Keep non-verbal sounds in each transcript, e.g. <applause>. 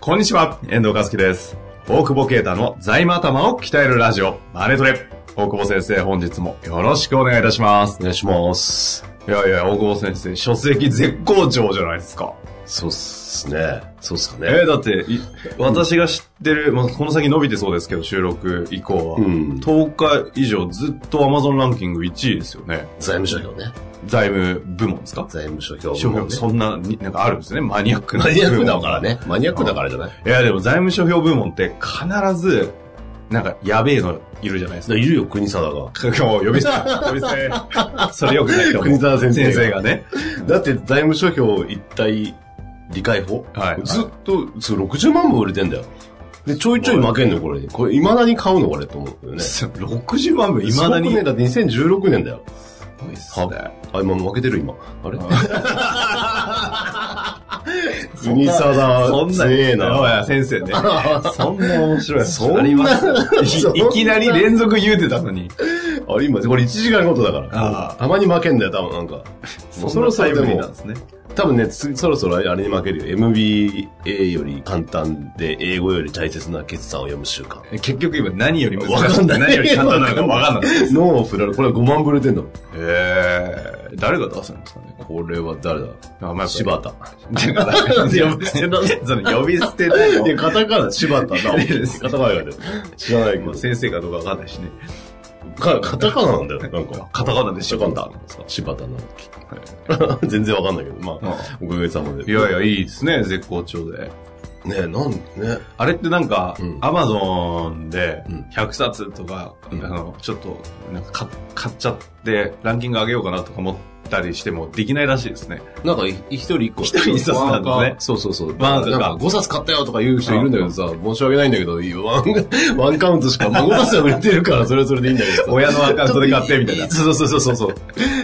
こんにちは、遠藤和樹です。大久保啓太の財務頭を鍛えるラジオ、マネトレ。大久保先生、本日もよろしくお願いいたします。お願いします。いやいや、大久保先生、書籍絶好調じゃないですか。そうっすね。そうっすかえね。ー、だって、い私が知ってる、まあ、この先伸びてそうですけど、収録以降は、うん10日以上ずっと Amazon ランキング1位ですよね。財務諸表ね。財務部門ですか財務諸表、諸表そね。んなに、なんかあるんですね。マニアックな。マニアックだから。ね。マニアックだからじゃないいや、でも財務諸表部門って必ず、なんか、やべえのいるじゃないですかだ。いるよ、国定が。今日 <laughs> 呼び捨て、呼び捨て。それよくないと思う。国沢先生ががね。だって財務諸表一体理解法はいずっと、そう60万部売れてんだよ。で、ちょいちょい負けんのよ、これ。これ、未だに買うの、これ、と思うよね。 60万部、未だに。すごくね、だって2016年だよ。ごいっすねあ、今負けてる、今。あ <laughs> れ国定、強えおな。や、先生ね。そんな面白い。そんなありますそんいないきなり連続言うてたのに。あれ、今、これ1時間ごとだから。ああたまに負けんだよ、多 <laughs> 分なんか。そろそろんなタイでムリーもなん、ですね。多分ね、つそろそろあれに負けるよ。MBA より簡単で、英語より大切な決算を読む習 <laughs> 慣。結局今何よりもわかんない。何より簡単なのかわかんない。い。脳を振られる。これは5万ブルてんだもん。 <laughs> えー、誰が出すんですかね。これは誰あまあだ柴だ田。から呼び捨てだねその呼び捨てだよいや、カタカナ、柴田だ。カタカナが出る。知らないけまどあ。先生かどうかわかんないしね。かカタカナなんだよ。なんか。カタカナで柴柴田田なんですか柴田なんだ <laughs> 全然わかんないけど、まあ、おかげさまで。いやいや、いいですね、絶好調で。ねえ、なんね。あれってなんかうん、アマゾンでうん100冊とか、うんあの、ちょっと、なんか買買っちゃって、ランキング上げようかなとか思ったりしてもできないらしいですね。なんか、い一人一個。一人一冊なんですねそうそうそう。ワンなんなんか、か5冊買ったよとか言う人いるんだけどさ、申し訳ないんだけど、いいよワン、ワンカウントしか、まあ、5冊は売れてるから、それはそれでいいんだけどさ。親のアカウントで買ってみたいな。そうそうそうそうそう。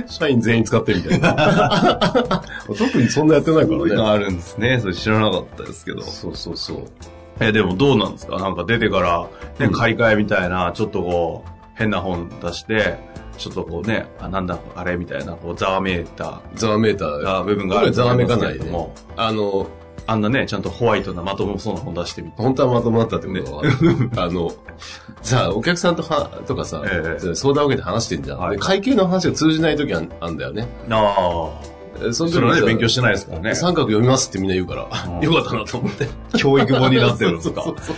社員全員使ってみたいな。特にそんなやってないかそういうらね。のあるんですね。それ知らなかったですけど。そうそうそう。え、でもどうなんですかなんか出てから、ね、買い替えみたいな、ちょっとこう、変な本出して、ちょっとこうね、あ、なんだ、あれみたいな、こう、ざわめいたザワメーター。部分があるざわめかないと思うんですけれども。ねあの、あんなね、ちゃんとホワイトなまともそうな本出してみて。本当はまともだったってことは、 <laughs> あの、さあ、お客さんとは、とかさ、え相談を受けて話してんじゃん。はいで会計の話が通じない時あんあんだよね。あえあ。そその時れはにね、さ勉強してないですからね。三角読みますってみんな言うから、うんよかったなと思って。教育本になってるんですか。 <laughs> そうそう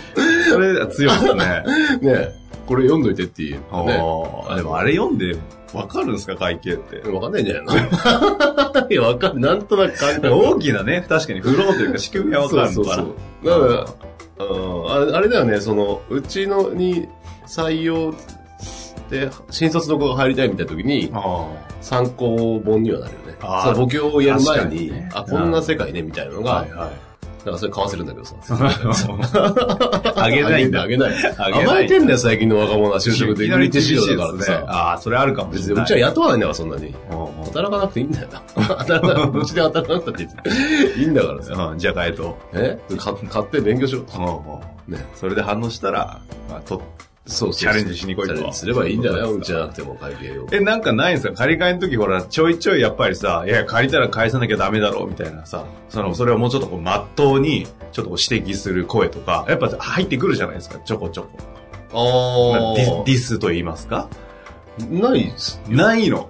それ強いですね。そう <laughs> ねえこれ読んどいてっていう。あねーでもあれ読んで、わかるんですか、会計って。わかんないんじゃないの <laughs> いや、わかんなんとなく感じた大きなね、確かにフローというか仕組みはわかるそのうそうかそら。う。だから、うんああれだよね、その、うちのに採用で、新卒の子が入りたいみたいな時に、あ参考本にはなるよね。あーその補強をやる前確かに、にねあ、こんな世界ね、みたいなのあ。が、はいはい。なんかそれ買わせるんだけどさ。あげないんだあ。げない。あげない甘えてんだよ、最近の若者は就職で。いきなり厳手しい仕です事ねだからって。さ。ああ、それあるかもし別れに、なうい。ちは雇わないんだから、そんなに。うんうん働かなくていいんだよ。働 <laughs> かうちで働かなくたっていいんだからさ。うん、じゃあ買えと。えか買って勉強しろ。うんうんね。それで反応したら、まあ、と、そうそうチそう。ャレンジしに来いとチャレンジすればいいんじゃないそううですちじゃなくても会計を。え、なんかないんですか借り換えの時ほら、ちょいちょいやっぱりさ、いや、借りたら返さなきゃダメだろうみたいなさ、その、それをもうちょっとこう、まっとうに、ちょっとこう指摘する声とか、やっぱ入ってくるじゃないですか、ちょこちょこ。あディディスと言いますかないっす。ないの。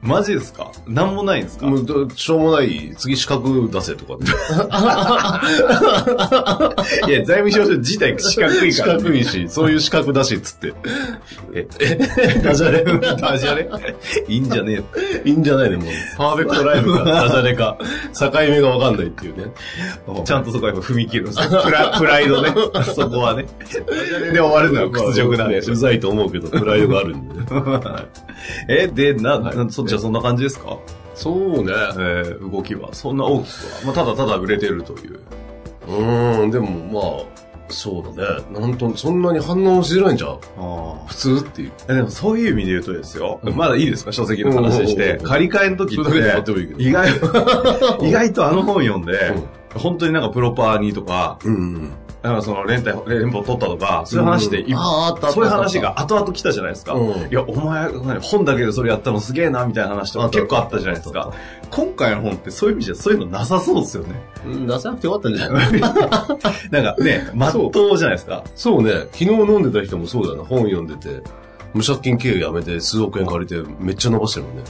マジですかなんもないんですかもうどしょうもない、次資格出せとかって。いや、財務省自体四角い資から。格いいし、そういう資格だし、っつって。えダジャレ。ダジャレいいんじゃねえよ <laughs> いいんじゃないね、もう。パーフェクトライブか、ダジャレか、 <laughs> 境目がわかんないっていうね。ちゃんとそこはやっぱ踏み切るんですよプラプライドね。 <laughs> そこはね。で終わるのは屈辱なんでしょう。ざいと思うけど、プライドがあるんでね。え、で、な、なそっちはそんな感じですか <laughs> そうね。えー動きは。そんな大きくは。まあ、ただただ売れてるという。うーん、でもまあ、そうだね。なんと、そんなに反応しづらいんじゃん。あ普通っていう。でもそういう意味で言うとですよ、まだいいですか書籍の話しうんうんてう。んうん借り換えの時それだけで買っってて、もいいけど。意 <laughs> 外、意外とあの本読んでうん、本当になんかプロパーにとか、うん。なんかその連帯、連邦取ったとか、そういう話でいっぱいあーあったあったあったそういう話が後々来たじゃないですか。うんいや、お前、本だけでそれやったのすげえな、みたいな話とあかった結構あったじゃないですあっか。今回の本ってそういう意味じゃそういうのなさそうですよね。うん出さなくてよかったんじゃないなんかね、まっそうとうじゃないですか。そうね。昨日飲んでた人もそうだよな。本読んでて。無借金経営やめて数億円借りてめっちゃ伸ばしてるもんね。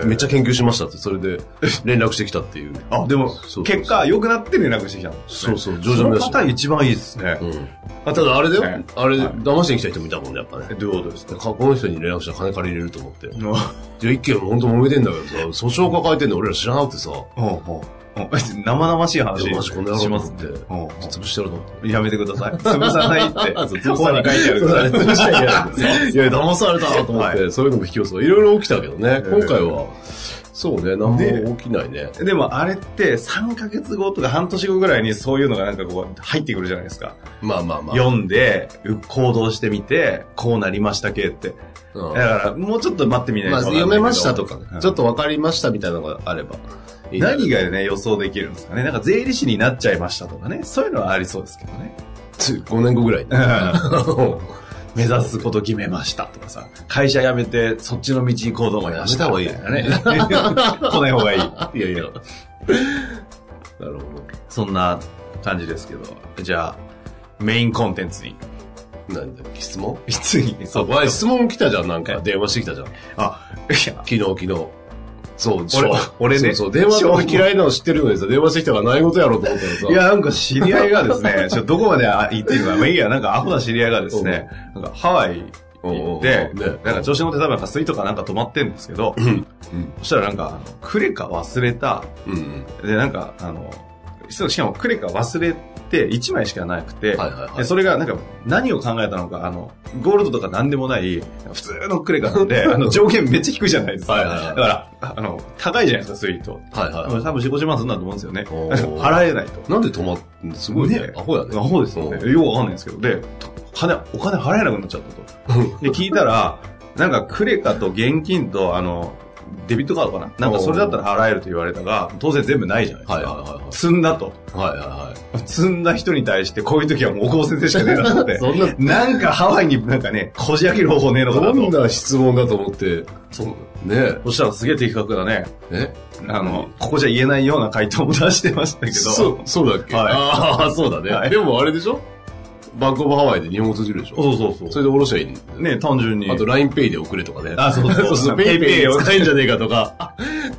本めっちゃ研究しましたって、それで連絡してきたっていう。あ、でもそうそ、う結果、良くなって連絡してきたの。そうそう、上そ々の目指し方て。一番いいですね。うん。あただあれだよ。はいあれ、はい騙してきた人もいたもんね、やっぱね。えどういうことですでかかこの人に連絡したら金借りれると思って。で、一件本当揉めてんだけどさ、訴訟抱えてんの俺ら知らなくてさ、うんうんうん生々しい話いやマジこの野郎しますと思ってうんうん潰してると思って。やめてください。潰さないって。ここに書いてあるそうかだら <laughs> ね。潰したいやいや、騙されたなと思って、そういうのも引き寄せいろいろ起きたけどね、え今回は、そうね、何も起きないね。でもあれって3ヶ月後とか半年後ぐらいにそういうのがなんかこう入ってくるじゃないですか。まあまあまあ。読んで、う行動してみて、こうなりました系って。うんだからもうちょっと待ってみないまあ、とわかんないけど。読めましたとかうね、んちょっとわかりましたみたいなのがあれば。いいね <laughs> 何がね、予想できるんですかね。なんか税理士になっちゃいましたとかね。そういうのはありそうですけど <laughs> ね。 5年後ぐらいに。目指すこと決めましたとかさ。会社辞めて、そっちの道行こうと思いました。やめみたたいなね。 <laughs> 来ない方がいい。 <laughs> <laughs> いやいや。なるほそんな感じですけど。じゃあ、メインコンテンツに。ど。なんだっけ質問次に、そう、前質問来たじゃん、なんか。え電話してきたじゃん。昨あ、いや、日、昨日。そう、俺俺ねそうそう、電話とか嫌いなの知ってるのにさ、電話してきたから何事やろうと思ったらさ。いや、なんか知り合いがです <laughs> ね、ちょっとどこまであ言っていいのか、まあいいや、なんかアホな知り合いがですね、なんかハワイ行って、うんうんうんねなんか調子乗って多分なんかスイートかなんか泊まってんですけど、そしたらなんか、あのクレカ忘れた、うんうん。で、なんか、あの、そうしかもクレカ忘れて1枚しかなくて、はいはいはいでそれがなんか何を考えたのか、あの、ゴールドとか何でもない、普通のクレカ <laughs> なんで、あの条件めっちゃ低いじゃないですか。はいはいはいだから、あの、高いじゃないですか、スイート。はいはいは多分4、50万するんだと思うんですよね。おー払えないと。い。なんで止まって、すごいねね。アホやね。アホですよね。よくわかんないんですけど。で、金、お金払えなくなっちゃったと。で、聞いたら、なんかクレカと現金と、あの、デビットカードかななんかそれだったら払えると言われたが、当然全部ないじゃないですか。はいはいはいはい <laughs> 積んだと。はいはい積んだ人に対して、こういう時はもう高校先生しかねえなと思っ <laughs> はい。て。そんな、なんかハワイになんかね、こじ開ける方法ねえのかなどんと。な質問だと思って、そうねそしたらすげえ的確だね。え。あの、ここじゃ言えないような回答も出してましたけえど。そう、そうだっけはいああ、そうだね。はいでもあれでしょバンコブハワイで日本語通じるでしょそうそうそそう。れでおろしゃいいんだよねね単純に。あと LINEPay で送れとかね。あそうそうペイペイ PayPay をを使えんじゃねえかとか。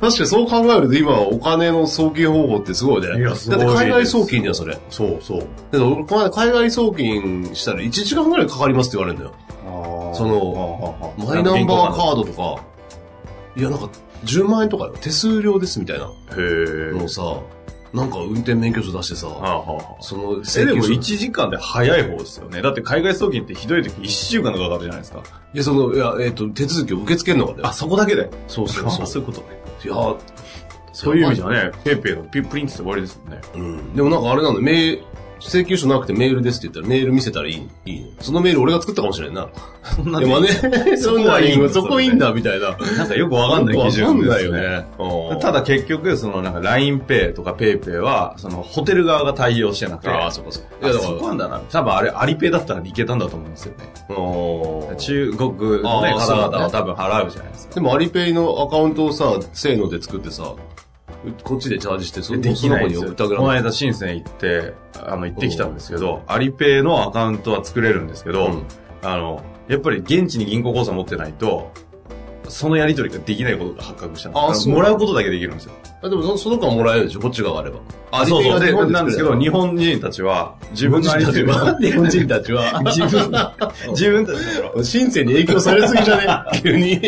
確かにそう考えると今お金の送金方法ってすごいね。いやすごいだでっすて海外送金じゃん、それ。だそうそう。けど俺この間海外送金したら1時間ぐらいかかりますって言われるんだよ。そそのマイナンバーカードとか、いやなんか10万円とかよ手数料ですみたいなード。へのをさ、なんか運転免許証出してさ、そのえ、請で求も書1時間で早い方ですよね。だって海外送金ってひどい時1週間とかかかるじゃないですか。いや、その、いや、えっ、と、手続きを受け付けるのかね。あ、そこだけで。そうそうそ <laughs> う。そういうことね。いや、そういう意味じゃね、ペイペイのピプリンツって終わりですもんね。うん。でもなんかあれなんだよ、メール、請求書なくてメールですって言ったらメール見せたらいい、いいね。そのメール俺が作ったかもしれないそんなな。でもね、 <laughs> そそこんなはいいんだんそこいいんだ、みたいな。なんかよくわかんない基準ですわね。かんないよね。うんただ結局、そのなんか LINEPay とか PayPay は、そのホテル側が対応してなくて、ああ、あそこそこ。いや、だそかこなんだな。多分あれ、アリペイだったらいけたんだと思うんですよね。ら、うん中国のねあー方々はそ多分払うじゃないですか。でもアリペイのアカウントをさ、せーので作ってさ、うこっちでチャージして、そでそきのな子いでにすよ送っこたぐのらい。間、深セン行って、あの、行ってきたんですけど、アリペイのアカウントは作れるんですけど、うんあの、やっぱり現地に銀行口座持ってないと、そのやり取りができないことが発覚したんですああのそうもらうことだけできるんですよ。あでもそ、その子はもらえるでしょこっち側があれば。あ、そうそう。で、日本なんですけど、日本人たちは、自分のやり取りは、日本人たち <laughs> は。自 <laughs> 分、自分たちだろ <laughs> 深セに影響されすぎじゃね <laughs> 急に。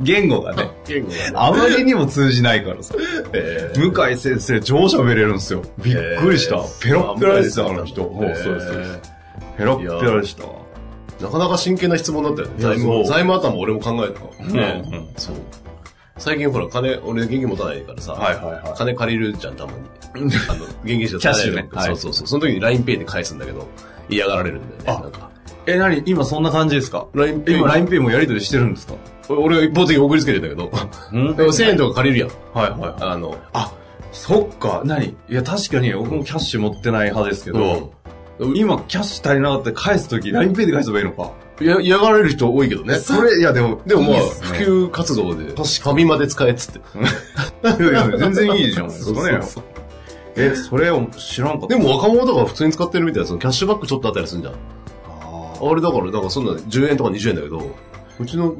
言語がね、言語があまりにも通じないからさ。え向井先生、上喋れるんですよ。びっくりしたえー。ペロッペラですよ、あの人。もーうそうですそうです。ペロッペラでしたわ。なかなか真剣な質問だったよね。いや財そ務、う財務頭俺も考えた。ねうんうんそう。最近ほら、金、俺現金持たないからさ、はいはいはい金借りるじゃん、<laughs> たまに。あの、現金しかキャッシュないねそうそうそう。その時に LINEPay で返すんだけど、嫌がられるんだよね。なんか。え、なに今そんな感じですか LINEPay 今 LINEPay もやり取りしてるんですか俺俺が一方的に送りつけてんだけど、んでも1000円とか借りるやん。はいはいはい。あの、あ、そっか、なにいや、確かに僕もキャッシュ持ってない派ですけど、うん今キャッシュ足りなかったら返すとき、LINEPay で返せばいいのか。や嫌がられる人多いけどね。それ、いやでも、でもまあ、いいっすね普及活動で、ファミマで使えっつって。いやいや <laughs> 全然いいじゃないですかね。そうそうそうえ、それを知らんかった。でも若者とか普通に使ってるみたいな、そのキャッシュバックちょっとあったりするじゃん。ああれだから、なんかそんな10円とか20円だけど、うちの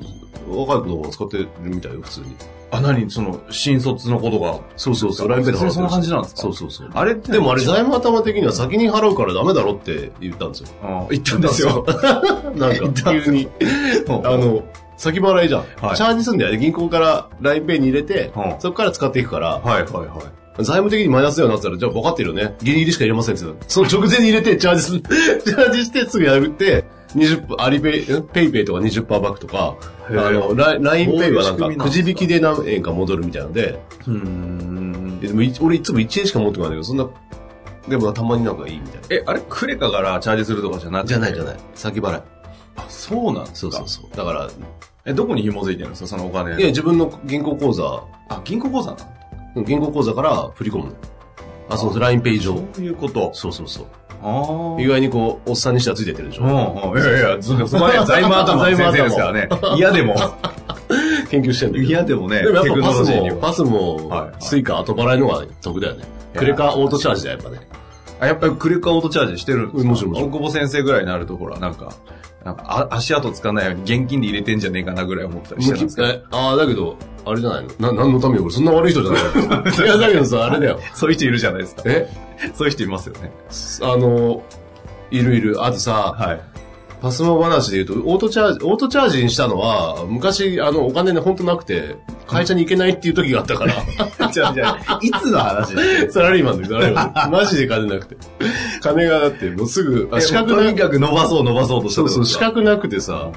若い子とか使ってるみたいよ、普通に。ー、あ、なにその、新卒のことが。そうそうそう、あ LINE ペイで払そってるれそんな感じなんですかそうそうそう。あれってでもあれ、財務頭的には先に払うからダメだろって言ったんですよ。あー言ったんですよ。 <laughs> なん <laughs> か、急に。うんあの、先払いじゃん。はいチャージするんだよね。銀行から LINEPay に入れて、うんそこから使っていくから、はいはいはい。財務的にマイナスだよなって言ったら、じゃあ分かってるよね。ギリギリしか入れませんって言ってたその直前に入れて、チャージする。 <laughs> チャージしてすぐやるって、20分、アリペイ、んペイペイとか20%バックとか、あへーの、ララインペイはなんこういう仕組みなかんでくすかじ引きで何円か戻るみたいなので、うーん。えでもい俺いつも1円しか持ってこないんだけど、そんな、でもたまになんかいいみたいな。え、あれ、クレカからチャージするとかじゃなくてじゃないじゃない。先払い。あ、そうなんですかそうそうそう。だから、え、どこに紐づいてるんですかそのお金。いや、自分の銀行口座、あ、銀行口座なの銀行口座から振り込むの。あ、そうそう、ラインペイ上。そういうこと。そうそうそう。ああ意。外にこう、おっさんにしてはついてってるでしうょ。んうん、いやいや、そその前、財務頭の先生ですからね。嫌でも、研究してんだけど。嫌でもね、でもテやクノっぱパロジスーにも、は。パスはいも、スイカ後払いの方が得だよね。クレカオートチャージだよ、やっぱね。あ、やっぱりクレカオートチャージしてるんですかうんもちろんもちろ大久保先生ぐらいになると、ほら、なんか、なんかあ足跡つかないように現金で入れてんじゃねえかなぐらい思ったりしてたんですけど。えああ、だけど、あれじゃないのな、何のために俺そんな悪い人じゃない <laughs> よいや、だけどさ、あれだよ。 <laughs> そういう人いるじゃないですか。え <laughs> そういう人いますよね。あの、いるいる。あとさ、はい。パスモ話で言うと、オートチャージ、オートチャージにしたのは、昔、あの、お金ね、ほんとなくて、会社に行けないっていう時があったから、 <laughs> じゃあ、じゃあ、いつの話 <laughs> サラリーマンの時、サラリーマ <laughs> ン。マジで金なくて。金がだって、もうすぐ、<laughs> あ資資格格となにかく伸ばそう伸ばそうとしたそってうこそとう、です資か格なくてさ、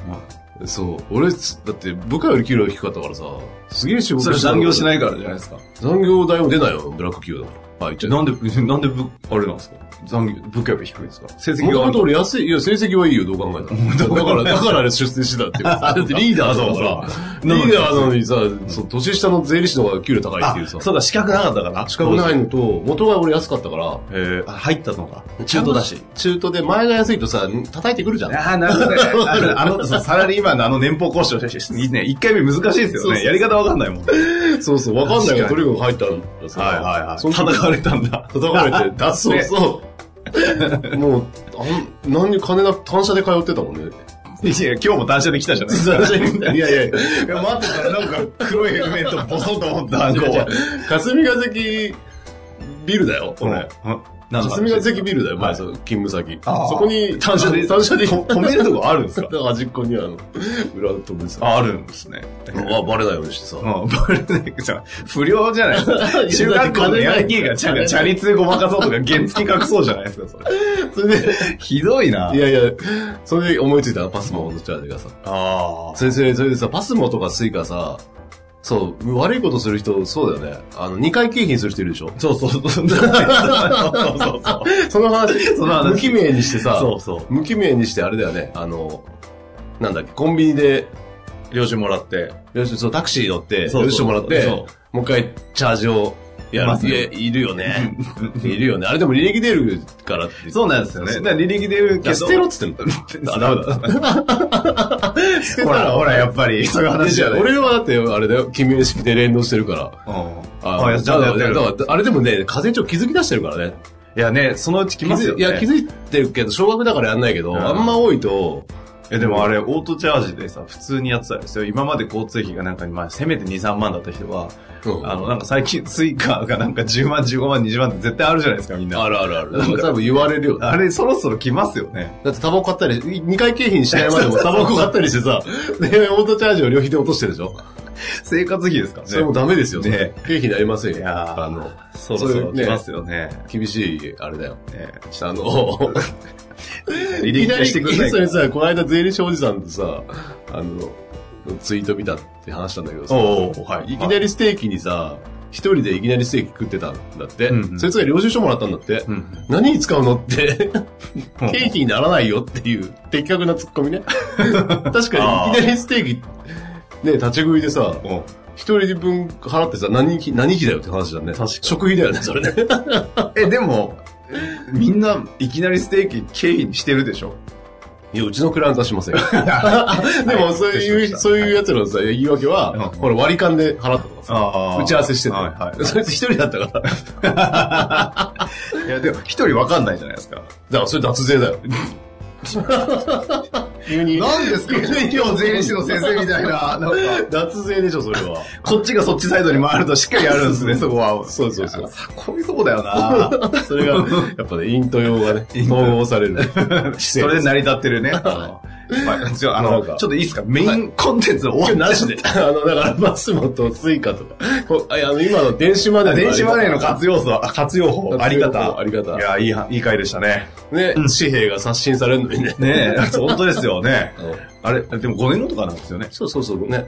そう、俺、つだって部下より給料低かったからさ、すげえ仕事。それ残業しないいからじゃないですか。残業代も出ないよ、ブラック企業だから。はい、じゃあ。なんで、 <laughs> なんでぶ、あれなんですか残業、物価やっぱ低いんですか成績がもとも悪いと。俺安い、いや、成績はいいよ、どう考えた <laughs> ら。だから、だから <laughs> あれ出世してたっていう。だってリーダーだからそう。そうリーダーなのにさ、そう年下の税理士の方が給料高いっていうさ。そうか、資格なかったから。資格ないのと、元が俺安かったから、えー、あ入ったのか。中途だし。。中途で前が安いとさ、叩いてくるじゃん。ああ、なるほどね。あの、 <laughs> あのそうサラリーマンのあの年俸交渉して、ね、一回目難しいですそうそようそね。うやり方わかんないもん。はいそうそう、わかんないけど、とにかく入ったんださその時叩かれたんだ。叩かれて、だそうそう。もう、あん、何に金なく、単車で通ってたもんね。いや、今日も単車で来たじゃないですか。いやいやいいや。や待ってたらなんか黒いヘルメットボソッと思った、あの子。霞ヶ関ビルだよ、俺。うんなんだ霞ヶ関ビルだよ、は前、いその勤務先。あーそこに、単車で単車でと止めるとこあるんですか <laughs> 端っこにあの、裏のとこにさ、ああるんですね。あ、バレないようにしてさ。うん、バレないけど、不良じゃないです <laughs> か。中学校のヤンキーがチャチャリ通ごまかそうとか、原付隠そうじゃないですか、それ。それで、。ひどいないやいや、それで思いついたらパスモのチャージがさ。あ先生、それでさ、パスモとかスイカさ、そう、悪いことする人、そうだよね。あの、二回景品する人いるでしょあ。そうそうそう。 <laughs> そうそう <laughs> そうそう。その話、その話無記名にしてさ、そうそう無記名にしてあれだよね、あの、なんだっけ、コンビニで、領収もらって。領収そう、タクシー乗って、そうそう領収もらってそ、もう一回チャージをやるま。すいねやいるよね。 <laughs> いるよね。あれでも履歴出るからって。そうなんですよね。だから履歴出るいやけど。捨てろっつって <laughs> んだ。あ、ダメだ。捨てほら、ほら、やっぱり、そういう話じゃない。俺はだって、あれだよ、記名式で連動してるから。うん。ああ、いや、ちゃんとやってるだ。からだからあれでもね、風邪気づき出してるからね。いやね、そのうち来ますよね。いや、気づいてるけど、少額だからやんないけど、んあんま多いと、え、でもあれ、オートチャージでさ、普通にやってたんですよ。今まで交通費がなんか、まあ、せめて2、3万だった人は、うんあの、なんか最近、スイカがなんか10万、15万、20万って絶対あるじゃないですか、みんな。あるあるある。なんか多分言われるよね。あれ、そろそろ来ますよね。だってタバコ買ったり、二回景品しないま <laughs> でもタバコ買ったりしてさ、で、オートチャージを旅費で落としてるでしょ生活費ですからね。それもダメですよ。ね経費になりませんいよ。やーあの、そろそろそういうね来ますよね。厳しい、あれだよ。ねあの、リリースしてくださいそかれら。さ、この間税理士おじさんとさ、あの、ツイート見たって話したんだけどさ、おうおうはいいきなりステーキにさ、一人でいきなりステーキ食ってたんだって、うんうんそいつが領収書もらったんだって、うん。何に使うのって、うん経費にならないよっていう、的確なツッコ <laughs> ミね。確かに、いきなりステーキ、ね、立ち食いでさ、おう一人分払ってさ、何費、何費だよって話だね。確かに食費だよね、それね。え、でも、みんないきなりステーキ経費にしてるでしょいや、うちのクライアントはしませんよ。でも、そう失礼いしましう、たそういうやつらのさ、言い訳は、うんほら、割り勘で払ったとかさ、 <laughs> あ打ち合わせしてて、はいはい。そいつ一人だった <laughs> から、だかいや、でも、一人わかんないじゃないですか。らそれ脱税だよ。 <laughs> 急に。なんですか今日税理士の先生みたい <laughs> な。なんか、脱税でしょ、それは。こっちがそっちサイドに回るとしっかりやるんですね、そこは。 <laughs> そうそうそう。さ <laughs> こういうとこだよなそ <laughs> れが、やっぱね、イント用がね、イント用統合される。それで成り立ってるね。まあ、ちょあなの、んちかょっといいですかメインコンテンツ終わ今っ日な <laughs> しで。あの、だから、マスモとスイカとか。こうあいやあの、今の電子マネーたの電子マネーの活用法、あ活用法、あり方。あり方いや、いいは、いい回でしたね。ね、紙幣が刷新されるの <laughs> にね。ね <laughs> え、本当ですよねうん。あれ、でも5年後とかなんですよね。そうそうそう、ね。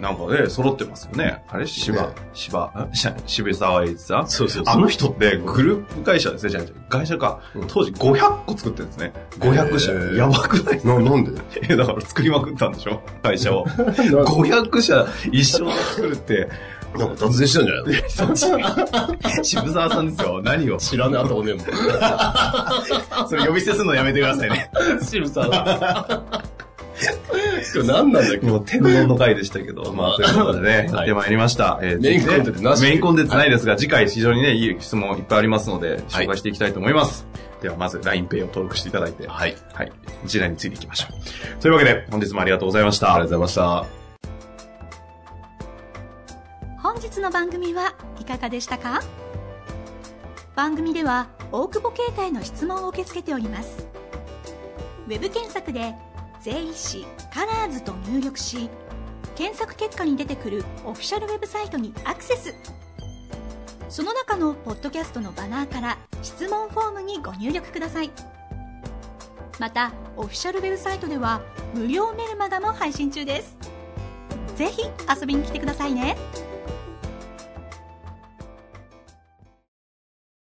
なんかね、揃ってますよね。あれ芝ね、芝、し <laughs> 渋沢栄一さんそうそうそうあの人ってグループ会社ですね、じゃあ会社かうん。当時500個作ってるんですね。500社へ。ーやばくないです <laughs> かな、なんでえだから作りまくったんでしょ会社 <laughs> を。500社一緒に作るって、なんか脱税したんじゃないの渋沢さんですよ。何を。知らねえ、あとおねえもん。それ呼び捨てするのやめてくださいね。 <laughs> 渋沢。今日何なんだっけもう天皇の回でしたけ <laughs> ど、まあ、ということでね、はいやってまいりました。えーメインコンテンツなしメインコンテンツないですが、次回非常にね、いい質問いっぱいありますので、紹介していきたいと思います。では、まず LINEPay を登録していただいて、はい。はい。こちらについていきましょう。というわけで、本日もありがとうございました。ありがとうございました。本日の番組はいかがでしたか番組では大久保携帯の質問を受け付けておりますウェブ検索で「税理士カラーズと入力し検索結果に出てくるオフィシャルウェブサイトにアクセスその中のポッドキャストのバナーから質問フォームにご入力くださいまたオフィシャルウェブサイトでは無料メルマガも配信中ですぜひ遊びに来てくださいね